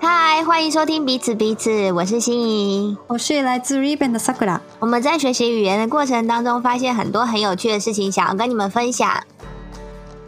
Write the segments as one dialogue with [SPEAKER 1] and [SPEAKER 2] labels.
[SPEAKER 1] 嗨，欢迎收听彼此彼此，我是心怡。
[SPEAKER 2] 我哦是来自 Ribbon 的 Sakura。
[SPEAKER 1] 我们在学习语言的过程当中，发现很多很有趣的事情，想要跟你们分享。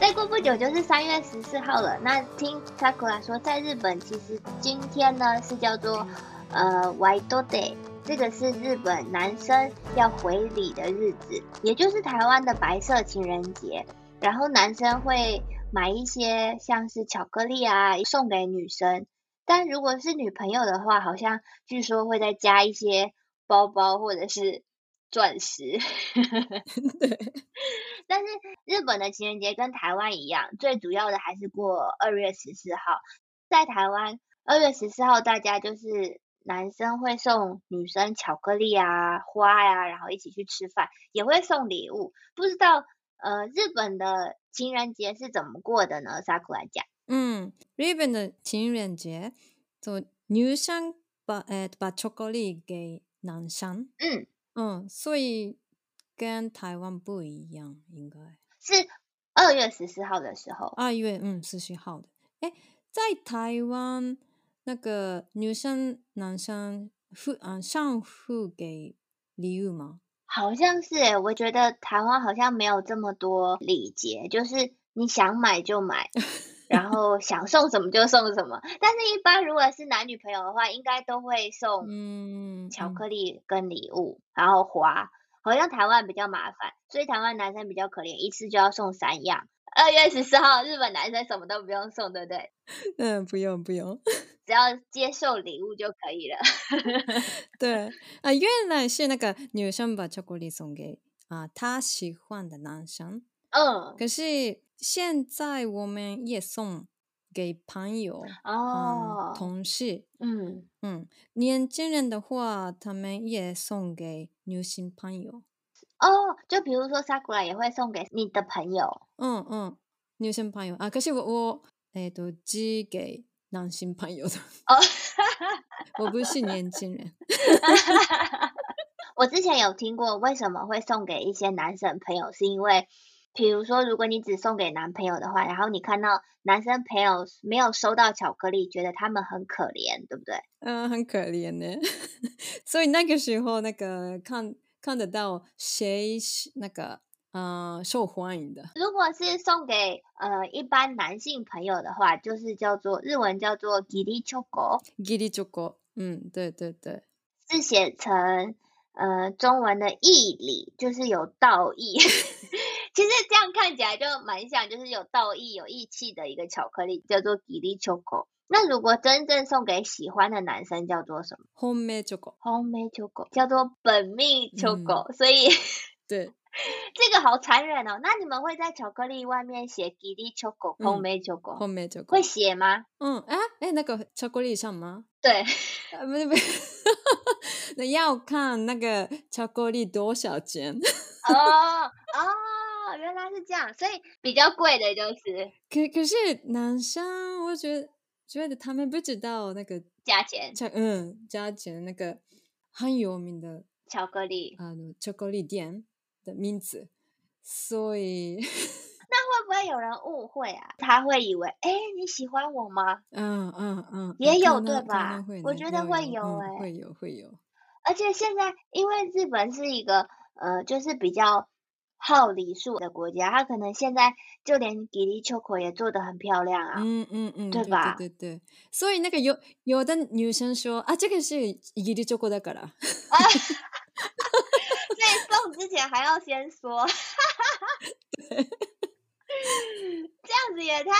[SPEAKER 3] 再过不久就是三月十四号了。那听 Sakura 说，在日本其实今天呢是叫做呃 w a d o Day，这个是日本男生要回礼的日子，也就是台湾的白色情人节。然后男生会买一些像是巧克力啊送给女生，但如果是女朋友的话，好像据说会再加一些包包或者是钻石。 但是日本的情人节跟台湾一样，最主要的还是过二月十四号。在台湾，二月十四号大家就是男生会送女生巧克力啊、花呀、然后一起去吃饭，也会送礼物。不知道呃，日本的情人节是怎么过的呢？萨库来讲，
[SPEAKER 2] うん、Ribbon 嗯的情人节，と女生把えっと把巧克力给男生。
[SPEAKER 3] 嗯，
[SPEAKER 2] 嗯，所以跟台湾不一样，应该
[SPEAKER 3] 是二月十四号的时候，
[SPEAKER 2] 二月嗯四十号的。哎，在台湾那个女生男生互嗯相互给礼物吗？
[SPEAKER 3] 好像是诶、我觉得台湾好像没有这么多礼节，就是你想买就 买，然后想送什么就送什么。但是，一般如果是男女朋友的话，应该都会送
[SPEAKER 2] 嗯，
[SPEAKER 3] 巧
[SPEAKER 2] 嗯
[SPEAKER 3] 克力跟礼物，然后花。好像台湾比较麻烦，所以台湾男生比较可怜，一次就要送三样。二月十四号，日本男生什么都不用送，对不对？
[SPEAKER 2] 嗯，不用不用。
[SPEAKER 3] 只要接受礼物就可以了。
[SPEAKER 2] 对啊，原来是那个女生把巧克力送给啊她喜欢的男生，
[SPEAKER 3] 嗯，
[SPEAKER 2] 可是现在我们也送给朋友、嗯、
[SPEAKER 3] 哦，
[SPEAKER 2] 同事。
[SPEAKER 3] 嗯，
[SPEAKER 2] 嗯，年轻人的话，他们也送给女性朋友。
[SPEAKER 3] 哦，就比如说 Sakura 也会送给你的朋友。
[SPEAKER 2] 嗯嗯，女性朋友啊，可是我我哎，都寄给男性朋友的，
[SPEAKER 3] 哦，
[SPEAKER 2] 我不是年轻人。
[SPEAKER 3] 我之前有听过，为什么会送给一些男生朋友，是因为，比如说，如果你只送给男朋友的话，然后你看到男生朋友没有收到巧克力，觉得他们很可怜，对不对？
[SPEAKER 2] 嗯，很可怜 呢。所以那个时候，那个看看得到谁是那个呃受欢迎的。
[SPEAKER 3] 如果是送给呃一般男性朋友的话，就是叫做日文叫做 g i r i c h o k o
[SPEAKER 2] g i r i c h o k o 嗯，对对对，
[SPEAKER 3] 是写成呃中文的义理，就是有道义。 其实这样看起来就蛮像，就是有道义、有义气的一个巧克力，叫做吉利巧克。那如果真正送给喜欢的男生，叫做什么？
[SPEAKER 2] 红梅 c h o k o
[SPEAKER 3] 红梅巧克，叫做本命巧克。所以
[SPEAKER 2] 对，
[SPEAKER 3] 这个好残忍哦。那你们会在巧克力外面写吉利巧克、红
[SPEAKER 2] 嗯
[SPEAKER 3] 梅巧克，
[SPEAKER 2] 红梅 c h o k
[SPEAKER 3] 会
[SPEAKER 2] o
[SPEAKER 3] 写吗？
[SPEAKER 2] 嗯，哎哎，那个巧克力上吗？
[SPEAKER 3] 对，
[SPEAKER 2] 啊，不是 不是，那要看那个巧克力多少钱。
[SPEAKER 3] 哦哦，原来是这样，所以比较贵的就是
[SPEAKER 2] 可可是男生，我觉得觉得他们不知道那个
[SPEAKER 3] 价钱，
[SPEAKER 2] 价，嗯，价钱那个很有名的。
[SPEAKER 3] 巧克力。
[SPEAKER 2] あのチョコリ店的名字，所 以
[SPEAKER 3] 会不会有人误会啊？他会以为，哎、你喜欢我吗？
[SPEAKER 2] 嗯嗯嗯，
[SPEAKER 3] 也
[SPEAKER 2] 嗯
[SPEAKER 3] 有
[SPEAKER 2] 可能
[SPEAKER 3] 对
[SPEAKER 2] 可
[SPEAKER 3] 吧
[SPEAKER 2] 能会
[SPEAKER 3] 我
[SPEAKER 2] 呢
[SPEAKER 3] 觉得会有
[SPEAKER 2] 嗯
[SPEAKER 3] 欸
[SPEAKER 2] 会有会有，
[SPEAKER 3] 而且现在，因为日本是一个呃，就是比较好礼数的国家，他可能现在就连吉利秋口也做得很漂亮啊。
[SPEAKER 2] 嗯嗯嗯，
[SPEAKER 3] 对
[SPEAKER 2] 对
[SPEAKER 3] 吧
[SPEAKER 2] 对对对，所以那个有有的女生说啊，这个是伊利チョコだから，
[SPEAKER 3] 所以送之前还要先说，这样子也太……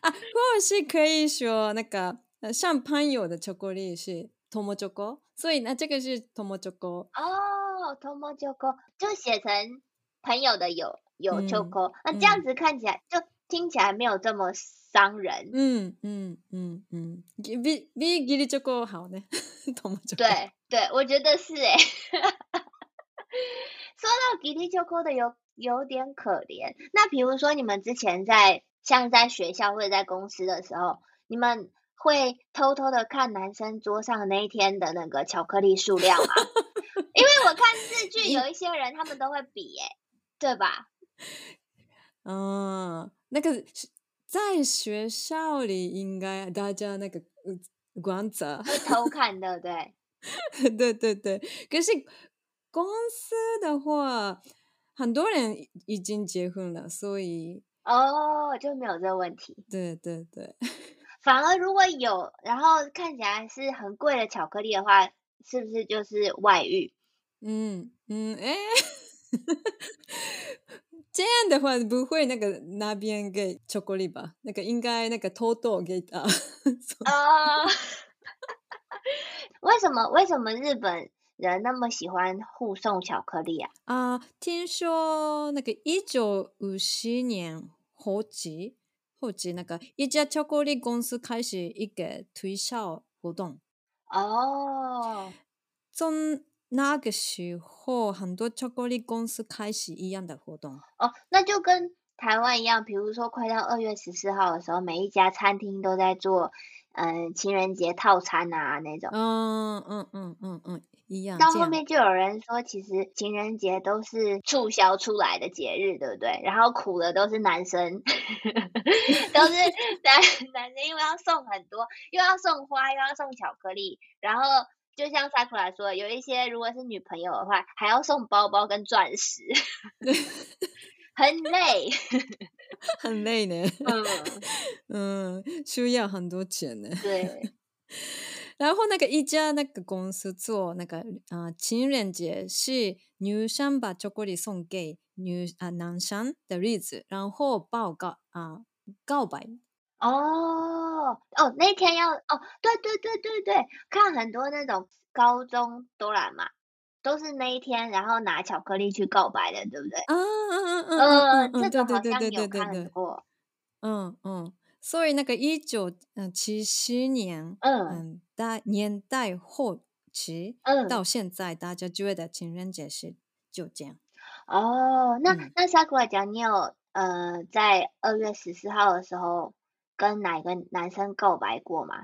[SPEAKER 2] 啊，或是可以说那个呃像朋友的巧克力是友チョコ，所以呢这个是友チョコ，
[SPEAKER 3] 哦，同谋秋口就写成朋友的有有秋
[SPEAKER 2] 嗯
[SPEAKER 3] 口，那这样
[SPEAKER 2] 嗯
[SPEAKER 3] 子看起来就听起来没有这么伤人。
[SPEAKER 2] 嗯嗯嗯嗯，比比伊利チョコ好呢， 友チョコ，
[SPEAKER 3] 对对，我觉得是哎、 说到吉利秋扣的有有点可怜。那比如说你们之前在像在学校或者在公司的时候，你们会偷偷的看男生桌上那一天的那个巧克力数量吗？ 因为我看日剧有一些人他们都会比哎、对吧？
[SPEAKER 2] 嗯，那个是在学校里应该大家那个呃观察，
[SPEAKER 3] 会偷看，对不对？
[SPEAKER 2] 对对对。可是公司的话，很多人已已经结婚了，所以
[SPEAKER 3] 哦，就没有这个问题。
[SPEAKER 2] 对对对，
[SPEAKER 3] 反而如果有，然后看起来是很贵的巧克力的话，是不是就是外遇？
[SPEAKER 2] 嗯嗯，哎， 这样的话不会那个那边给巧克力吧？那个应该那个偷偷给他。
[SPEAKER 3] 啊、 为什么为什么日本人那么喜欢互送巧克力啊？
[SPEAKER 2] 啊，听说那个一九五七年后期，后期那个一家巧克力公司开始一个推销活动。
[SPEAKER 3] 哦，
[SPEAKER 2] 从那个时候，很多巧克力公司开始一样的活动。
[SPEAKER 3] 哦，那就跟台湾一样，比如说快到二月十四号的时候，每一家餐厅都在做，嗯，情人节套餐啊那种。
[SPEAKER 2] 嗯嗯嗯嗯嗯，一样。
[SPEAKER 3] 到
[SPEAKER 2] 这
[SPEAKER 3] 后
[SPEAKER 2] 样
[SPEAKER 3] 面就有人说，其实情人节都是促销出来的节日，对不对？然后苦的都是男生， 都 是男男生，因为要送很多，又要送花，又要送巧克力，然后就像 Sakura 说，有一些如果是女朋友的话，还要送包包跟钻 石， 很累。
[SPEAKER 2] 很累呢。
[SPEAKER 3] 嗯，
[SPEAKER 2] 嗯，需要很多钱呢。
[SPEAKER 3] 对。
[SPEAKER 2] 然后那个一家那个公司做那个啊、呃情人节是女生把巧克力送给女啊、男生的日子，然后报告啊、告白，
[SPEAKER 3] 哦哦，那天要哦，对对对对对，看很多那种高中都来嘛，都是那一天，然后拿巧克力去告白的，对不对？
[SPEAKER 2] 啊啊啊啊
[SPEAKER 3] 呃，
[SPEAKER 2] 啊！嗯
[SPEAKER 3] 这
[SPEAKER 2] 对
[SPEAKER 3] 种
[SPEAKER 2] 对
[SPEAKER 3] 好
[SPEAKER 2] 对
[SPEAKER 3] 像
[SPEAKER 2] 对
[SPEAKER 3] 有
[SPEAKER 2] 对对
[SPEAKER 3] 看
[SPEAKER 2] 对，
[SPEAKER 3] 过，
[SPEAKER 2] 嗯嗯，所以那个一九嗯七七年
[SPEAKER 3] 嗯
[SPEAKER 2] 嗯大年代后期到
[SPEAKER 3] 嗯，
[SPEAKER 2] 现在，大家觉得情人节是就这样。
[SPEAKER 3] 哦，那
[SPEAKER 2] 嗯
[SPEAKER 3] 那 Sakura 讲，你有呃在二月十四号的时候跟哪个男生告白过吗？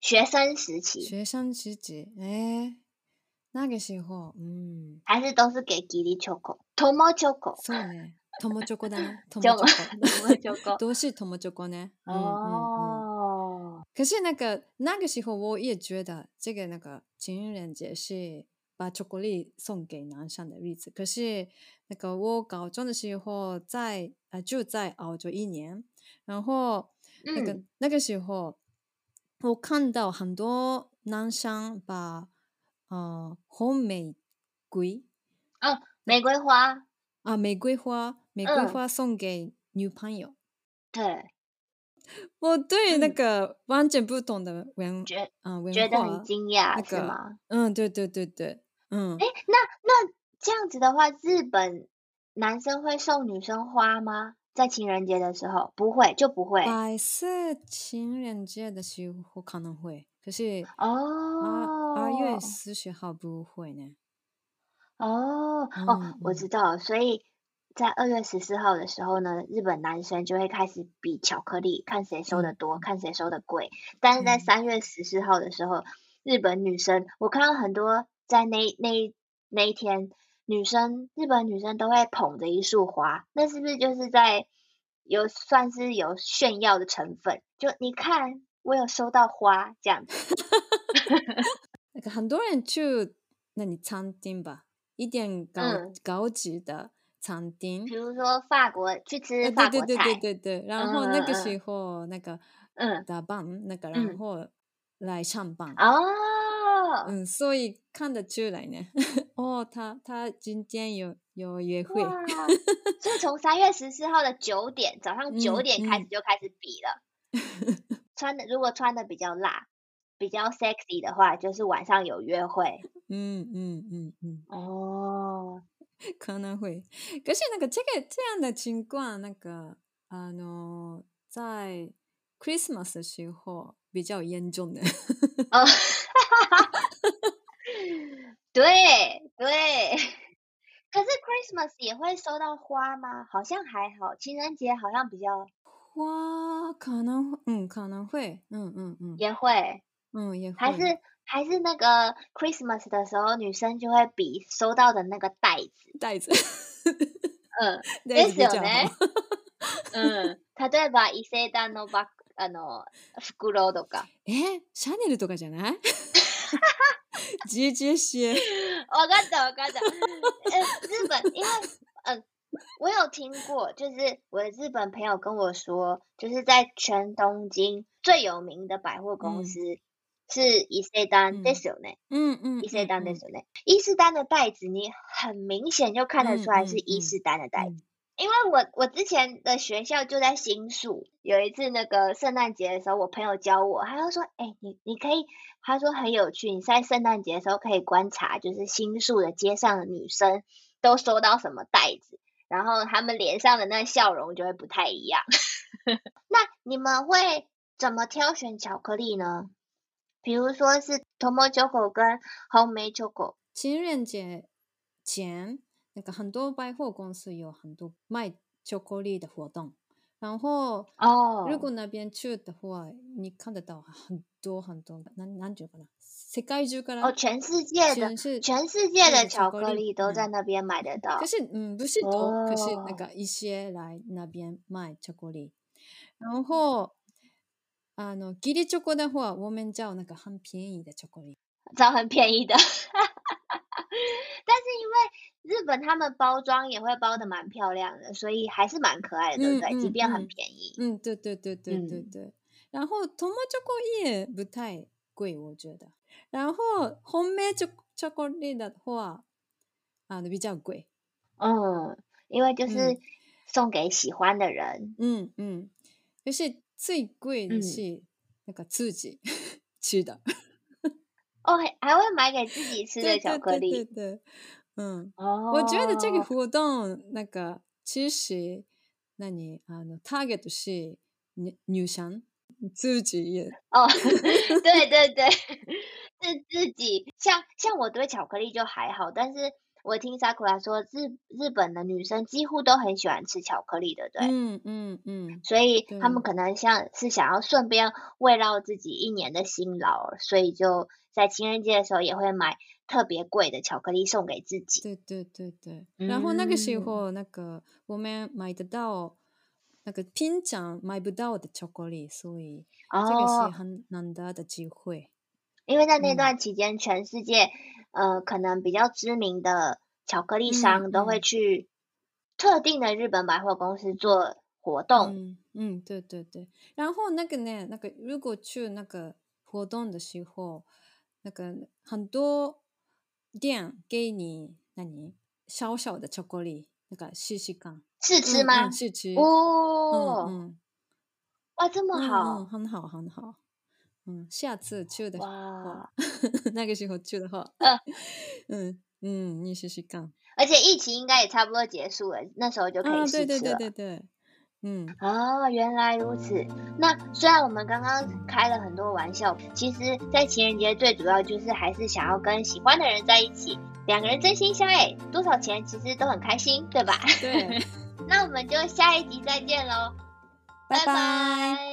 [SPEAKER 3] 学生时期
[SPEAKER 2] 学生时期，哎，那个时候，嗯，
[SPEAKER 3] 还是都是给吉利巧克力、托莫巧克
[SPEAKER 2] そうね。友チョコだ ね。友
[SPEAKER 3] 力、
[SPEAKER 2] チ
[SPEAKER 3] 巧
[SPEAKER 2] ョコ。
[SPEAKER 3] 克力，
[SPEAKER 2] どうし友チョコね。うんうんうん。
[SPEAKER 3] 哦。
[SPEAKER 2] 可是那个那个时候我也觉得这个那个情人节是把巧克力送给男生的日子。可是那个我高中的时候在呃就在澳洲一年，然后那个
[SPEAKER 3] 嗯，
[SPEAKER 2] 那个时候我看到很多男生把呃红玫瑰。
[SPEAKER 3] 哦，玫瑰花，
[SPEAKER 2] 啊，玫瑰花，玫瑰
[SPEAKER 3] 嗯，
[SPEAKER 2] 花送给女朋友。
[SPEAKER 3] 对，
[SPEAKER 2] 我对那
[SPEAKER 3] 嗯，
[SPEAKER 2] 个完全不同的文，
[SPEAKER 3] 觉
[SPEAKER 2] 啊、文
[SPEAKER 3] 觉得很
[SPEAKER 2] 化，
[SPEAKER 3] 惊哎
[SPEAKER 2] 那
[SPEAKER 3] 讶是
[SPEAKER 2] 个，
[SPEAKER 3] 吗？
[SPEAKER 2] 嗯，对对对对，嗯，
[SPEAKER 3] 诶，那那这样子的话，日本男生会送女生花吗？在情人节的时候，不会就不会
[SPEAKER 2] 白色情人节的时候可能会，可是二二月
[SPEAKER 3] 哦
[SPEAKER 2] 四十号不会呢。
[SPEAKER 3] 哦哦，
[SPEAKER 2] 嗯
[SPEAKER 3] 我知
[SPEAKER 2] 嗯，
[SPEAKER 3] 道了，所以在二月十四号的时候呢，日本男生就会开始比巧克力，看谁收的
[SPEAKER 2] 嗯
[SPEAKER 3] 多，
[SPEAKER 2] 嗯
[SPEAKER 3] 看谁收的贵。但是在
[SPEAKER 2] 嗯
[SPEAKER 3] 三月十四号的时候，日本女生，我看到很多在那一那一那一天，女生日本女生都会捧着一束花，那是不是就是在有算是有炫耀的成分？就你看，我有收到花这样子。
[SPEAKER 2] 那个很多人去那里餐厅吧，一点高
[SPEAKER 3] 嗯，
[SPEAKER 2] 高级的餐厅，
[SPEAKER 3] 比如说法国去吃
[SPEAKER 2] 啊，对
[SPEAKER 3] 法
[SPEAKER 2] 对
[SPEAKER 3] 国
[SPEAKER 2] 对对
[SPEAKER 3] 菜，
[SPEAKER 2] 对对，然后那个
[SPEAKER 3] 嗯
[SPEAKER 2] 时候那个
[SPEAKER 3] 嗯
[SPEAKER 2] 打扮，那个
[SPEAKER 3] 嗯
[SPEAKER 2] 然
[SPEAKER 3] 嗯。
[SPEAKER 2] 后来上班，
[SPEAKER 3] 哦，
[SPEAKER 2] 嗯，所以看得出来 呢。哦，他他今天有有约会，
[SPEAKER 3] 哇！所以从三月十四号的九点，早上九
[SPEAKER 2] 嗯
[SPEAKER 3] 点开始
[SPEAKER 2] 嗯，
[SPEAKER 3] 就开始比了。 穿的如果穿的比较辣、比较 sexy 的话，就是晚上有约会。
[SPEAKER 2] 嗯嗯嗯嗯，
[SPEAKER 3] 哦，
[SPEAKER 2] 可能会。可是那个这个这样的情况，那个あの在 Christmas 的时候比较严重的。
[SPEAKER 3] 哦， 对对。可是 Christmas 也会收到花吗？好像还好，情人节好像比较
[SPEAKER 2] 哇，可能嗯可能会，嗯嗯嗯
[SPEAKER 3] 也会，
[SPEAKER 2] 嗯也
[SPEAKER 3] 还
[SPEAKER 2] 会。
[SPEAKER 3] 是还是那个 Christmas 的时候，女生就会比收到的那个袋子。
[SPEAKER 2] 袋子，
[SPEAKER 3] 嗯，
[SPEAKER 2] 袋
[SPEAKER 3] で
[SPEAKER 2] 子
[SPEAKER 3] す
[SPEAKER 2] 比
[SPEAKER 3] よ
[SPEAKER 2] 较好。
[SPEAKER 3] ね。嗯。例えば、伊勢丹のバッグ、あの、袋とか。
[SPEAKER 2] えシャネルとかじゃない ?GGSCA。
[SPEAKER 3] わかったわかった。呃，日本因为呃，我有听过，就是我的日本朋友跟我说，就是在全东京最有名的百货公
[SPEAKER 2] 嗯
[SPEAKER 3] 司、是伊势丹
[SPEAKER 2] 嗯
[SPEAKER 3] ですよね，
[SPEAKER 2] うんうんうんうん。
[SPEAKER 3] 伊势丹ですよね。伊势丹的袋子，你很明显就看得出来
[SPEAKER 2] 嗯
[SPEAKER 3] 是
[SPEAKER 2] 嗯
[SPEAKER 3] 伊
[SPEAKER 2] 嗯
[SPEAKER 3] 势丹的袋子。
[SPEAKER 2] 嗯
[SPEAKER 3] 因为我我之前的学校就在新宿，有一次那个圣诞节的时候，我朋友教我，他就说：“哎、你你可以，他说很有趣，你在圣诞节的时候可以观察，就是新宿的街上的女生都收到什么袋子，然后她们脸上的那笑容就会不太一样。 那你们会怎么挑选巧克力呢？比如说是 Tomo Choco 跟 Homemade Choco，
[SPEAKER 2] 情人节前，那个很多百货公司有很多卖巧克力的活动，然后
[SPEAKER 3] 哦
[SPEAKER 2] 如果那边去的话，你看得到啊很多很多，那なんていうかな、世界中から
[SPEAKER 3] 哦，全世界的
[SPEAKER 2] 全世
[SPEAKER 3] 全世界
[SPEAKER 2] 那
[SPEAKER 3] 的
[SPEAKER 2] 个
[SPEAKER 3] 巧
[SPEAKER 2] 巧
[SPEAKER 3] 克
[SPEAKER 2] 克
[SPEAKER 3] 力
[SPEAKER 2] 力
[SPEAKER 3] 都在
[SPEAKER 2] 嗯
[SPEAKER 3] 那边买得到
[SPEAKER 2] 可。是，嗯，不是多，可是那
[SPEAKER 3] 哦
[SPEAKER 2] 个一些来那边卖巧克力，然后，啊あのギリチョコ的话，我们叫那个很便宜的巧克力。
[SPEAKER 3] 找很便宜的。但 是因为日本他们包装也会包的蛮漂亮的，所以还是蛮可爱的，对不
[SPEAKER 2] 嗯
[SPEAKER 3] 对？即
[SPEAKER 2] 嗯
[SPEAKER 3] 便很
[SPEAKER 2] 嗯
[SPEAKER 3] 便宜，
[SPEAKER 2] 嗯，对对对对对
[SPEAKER 3] 嗯
[SPEAKER 2] 对。然后 t o m o c 也不太贵，我觉得。然后红梅巧巧克力的话，啊，比较贵。
[SPEAKER 3] 嗯，因为就是
[SPEAKER 2] 嗯
[SPEAKER 3] 送给喜欢的人。
[SPEAKER 2] 嗯嗯，可是最贵的
[SPEAKER 3] 嗯
[SPEAKER 2] 是那个自己 吃的，
[SPEAKER 3] 哦，还还会买给自己吃的
[SPEAKER 2] 对
[SPEAKER 3] 巧
[SPEAKER 2] 对
[SPEAKER 3] 克
[SPEAKER 2] 对对
[SPEAKER 3] 力
[SPEAKER 2] 对，嗯。
[SPEAKER 3] 哦。
[SPEAKER 2] 我觉得这个活动那个其实，那你啊，target 是女女生自己也
[SPEAKER 3] 哦， 对对对，是自己。像像我对巧克力就还好，但是我听 Sakura 说，日日本的女生几乎都很喜欢吃巧克力，对不对？
[SPEAKER 2] 嗯嗯嗯，
[SPEAKER 3] 所以他们
[SPEAKER 2] 对
[SPEAKER 3] 可能像是想要顺便慰劳自己一年的辛劳，所以就在情人节的时候也会买特别贵的巧克力送给自己。
[SPEAKER 2] 对对对对。然后那个时候，那个我们买得到那个平常买不到的巧克力，所以这个是
[SPEAKER 3] 哦，
[SPEAKER 2] 很难得的机会。
[SPEAKER 3] 因为在那
[SPEAKER 2] 嗯
[SPEAKER 3] 段期间，全世界呃可能比较知名的巧克力
[SPEAKER 2] 嗯
[SPEAKER 3] 商都会
[SPEAKER 2] 嗯
[SPEAKER 3] 去特定的日本百货公司做活动。
[SPEAKER 2] 嗯嗯，对对对。然后那个呢，那个如果去那个活动的时候，那个很多店给你那你小小的巧克力，那个试试看。
[SPEAKER 3] 试吃
[SPEAKER 2] 嗯
[SPEAKER 3] 吗
[SPEAKER 2] 嗯，？试吃。嗯
[SPEAKER 3] 哦，
[SPEAKER 2] 嗯
[SPEAKER 3] 哇，这么
[SPEAKER 2] 嗯嗯，
[SPEAKER 3] 好！
[SPEAKER 2] 很好很好。嗯，下次去的话
[SPEAKER 3] 哇，
[SPEAKER 2] 啊 那个时候去的话，
[SPEAKER 3] 呃
[SPEAKER 2] 嗯嗯，你试试看。
[SPEAKER 3] 而且疫情应该也差不多结束了，那时候就可以
[SPEAKER 2] 啊，对
[SPEAKER 3] 试
[SPEAKER 2] 对
[SPEAKER 3] 吃
[SPEAKER 2] 对
[SPEAKER 3] 了。
[SPEAKER 2] 对对，嗯
[SPEAKER 3] 哦，原来如此。那虽然我们刚刚开了很多玩笑，其实，在情人节最主要就是还是想要跟喜欢的人在一起，两个人真心相爱，多少钱其实都很开 心，对吧？
[SPEAKER 2] 对，
[SPEAKER 3] 那我们就下一集再见喽，
[SPEAKER 2] 拜
[SPEAKER 3] 拜
[SPEAKER 2] 拜。
[SPEAKER 3] 拜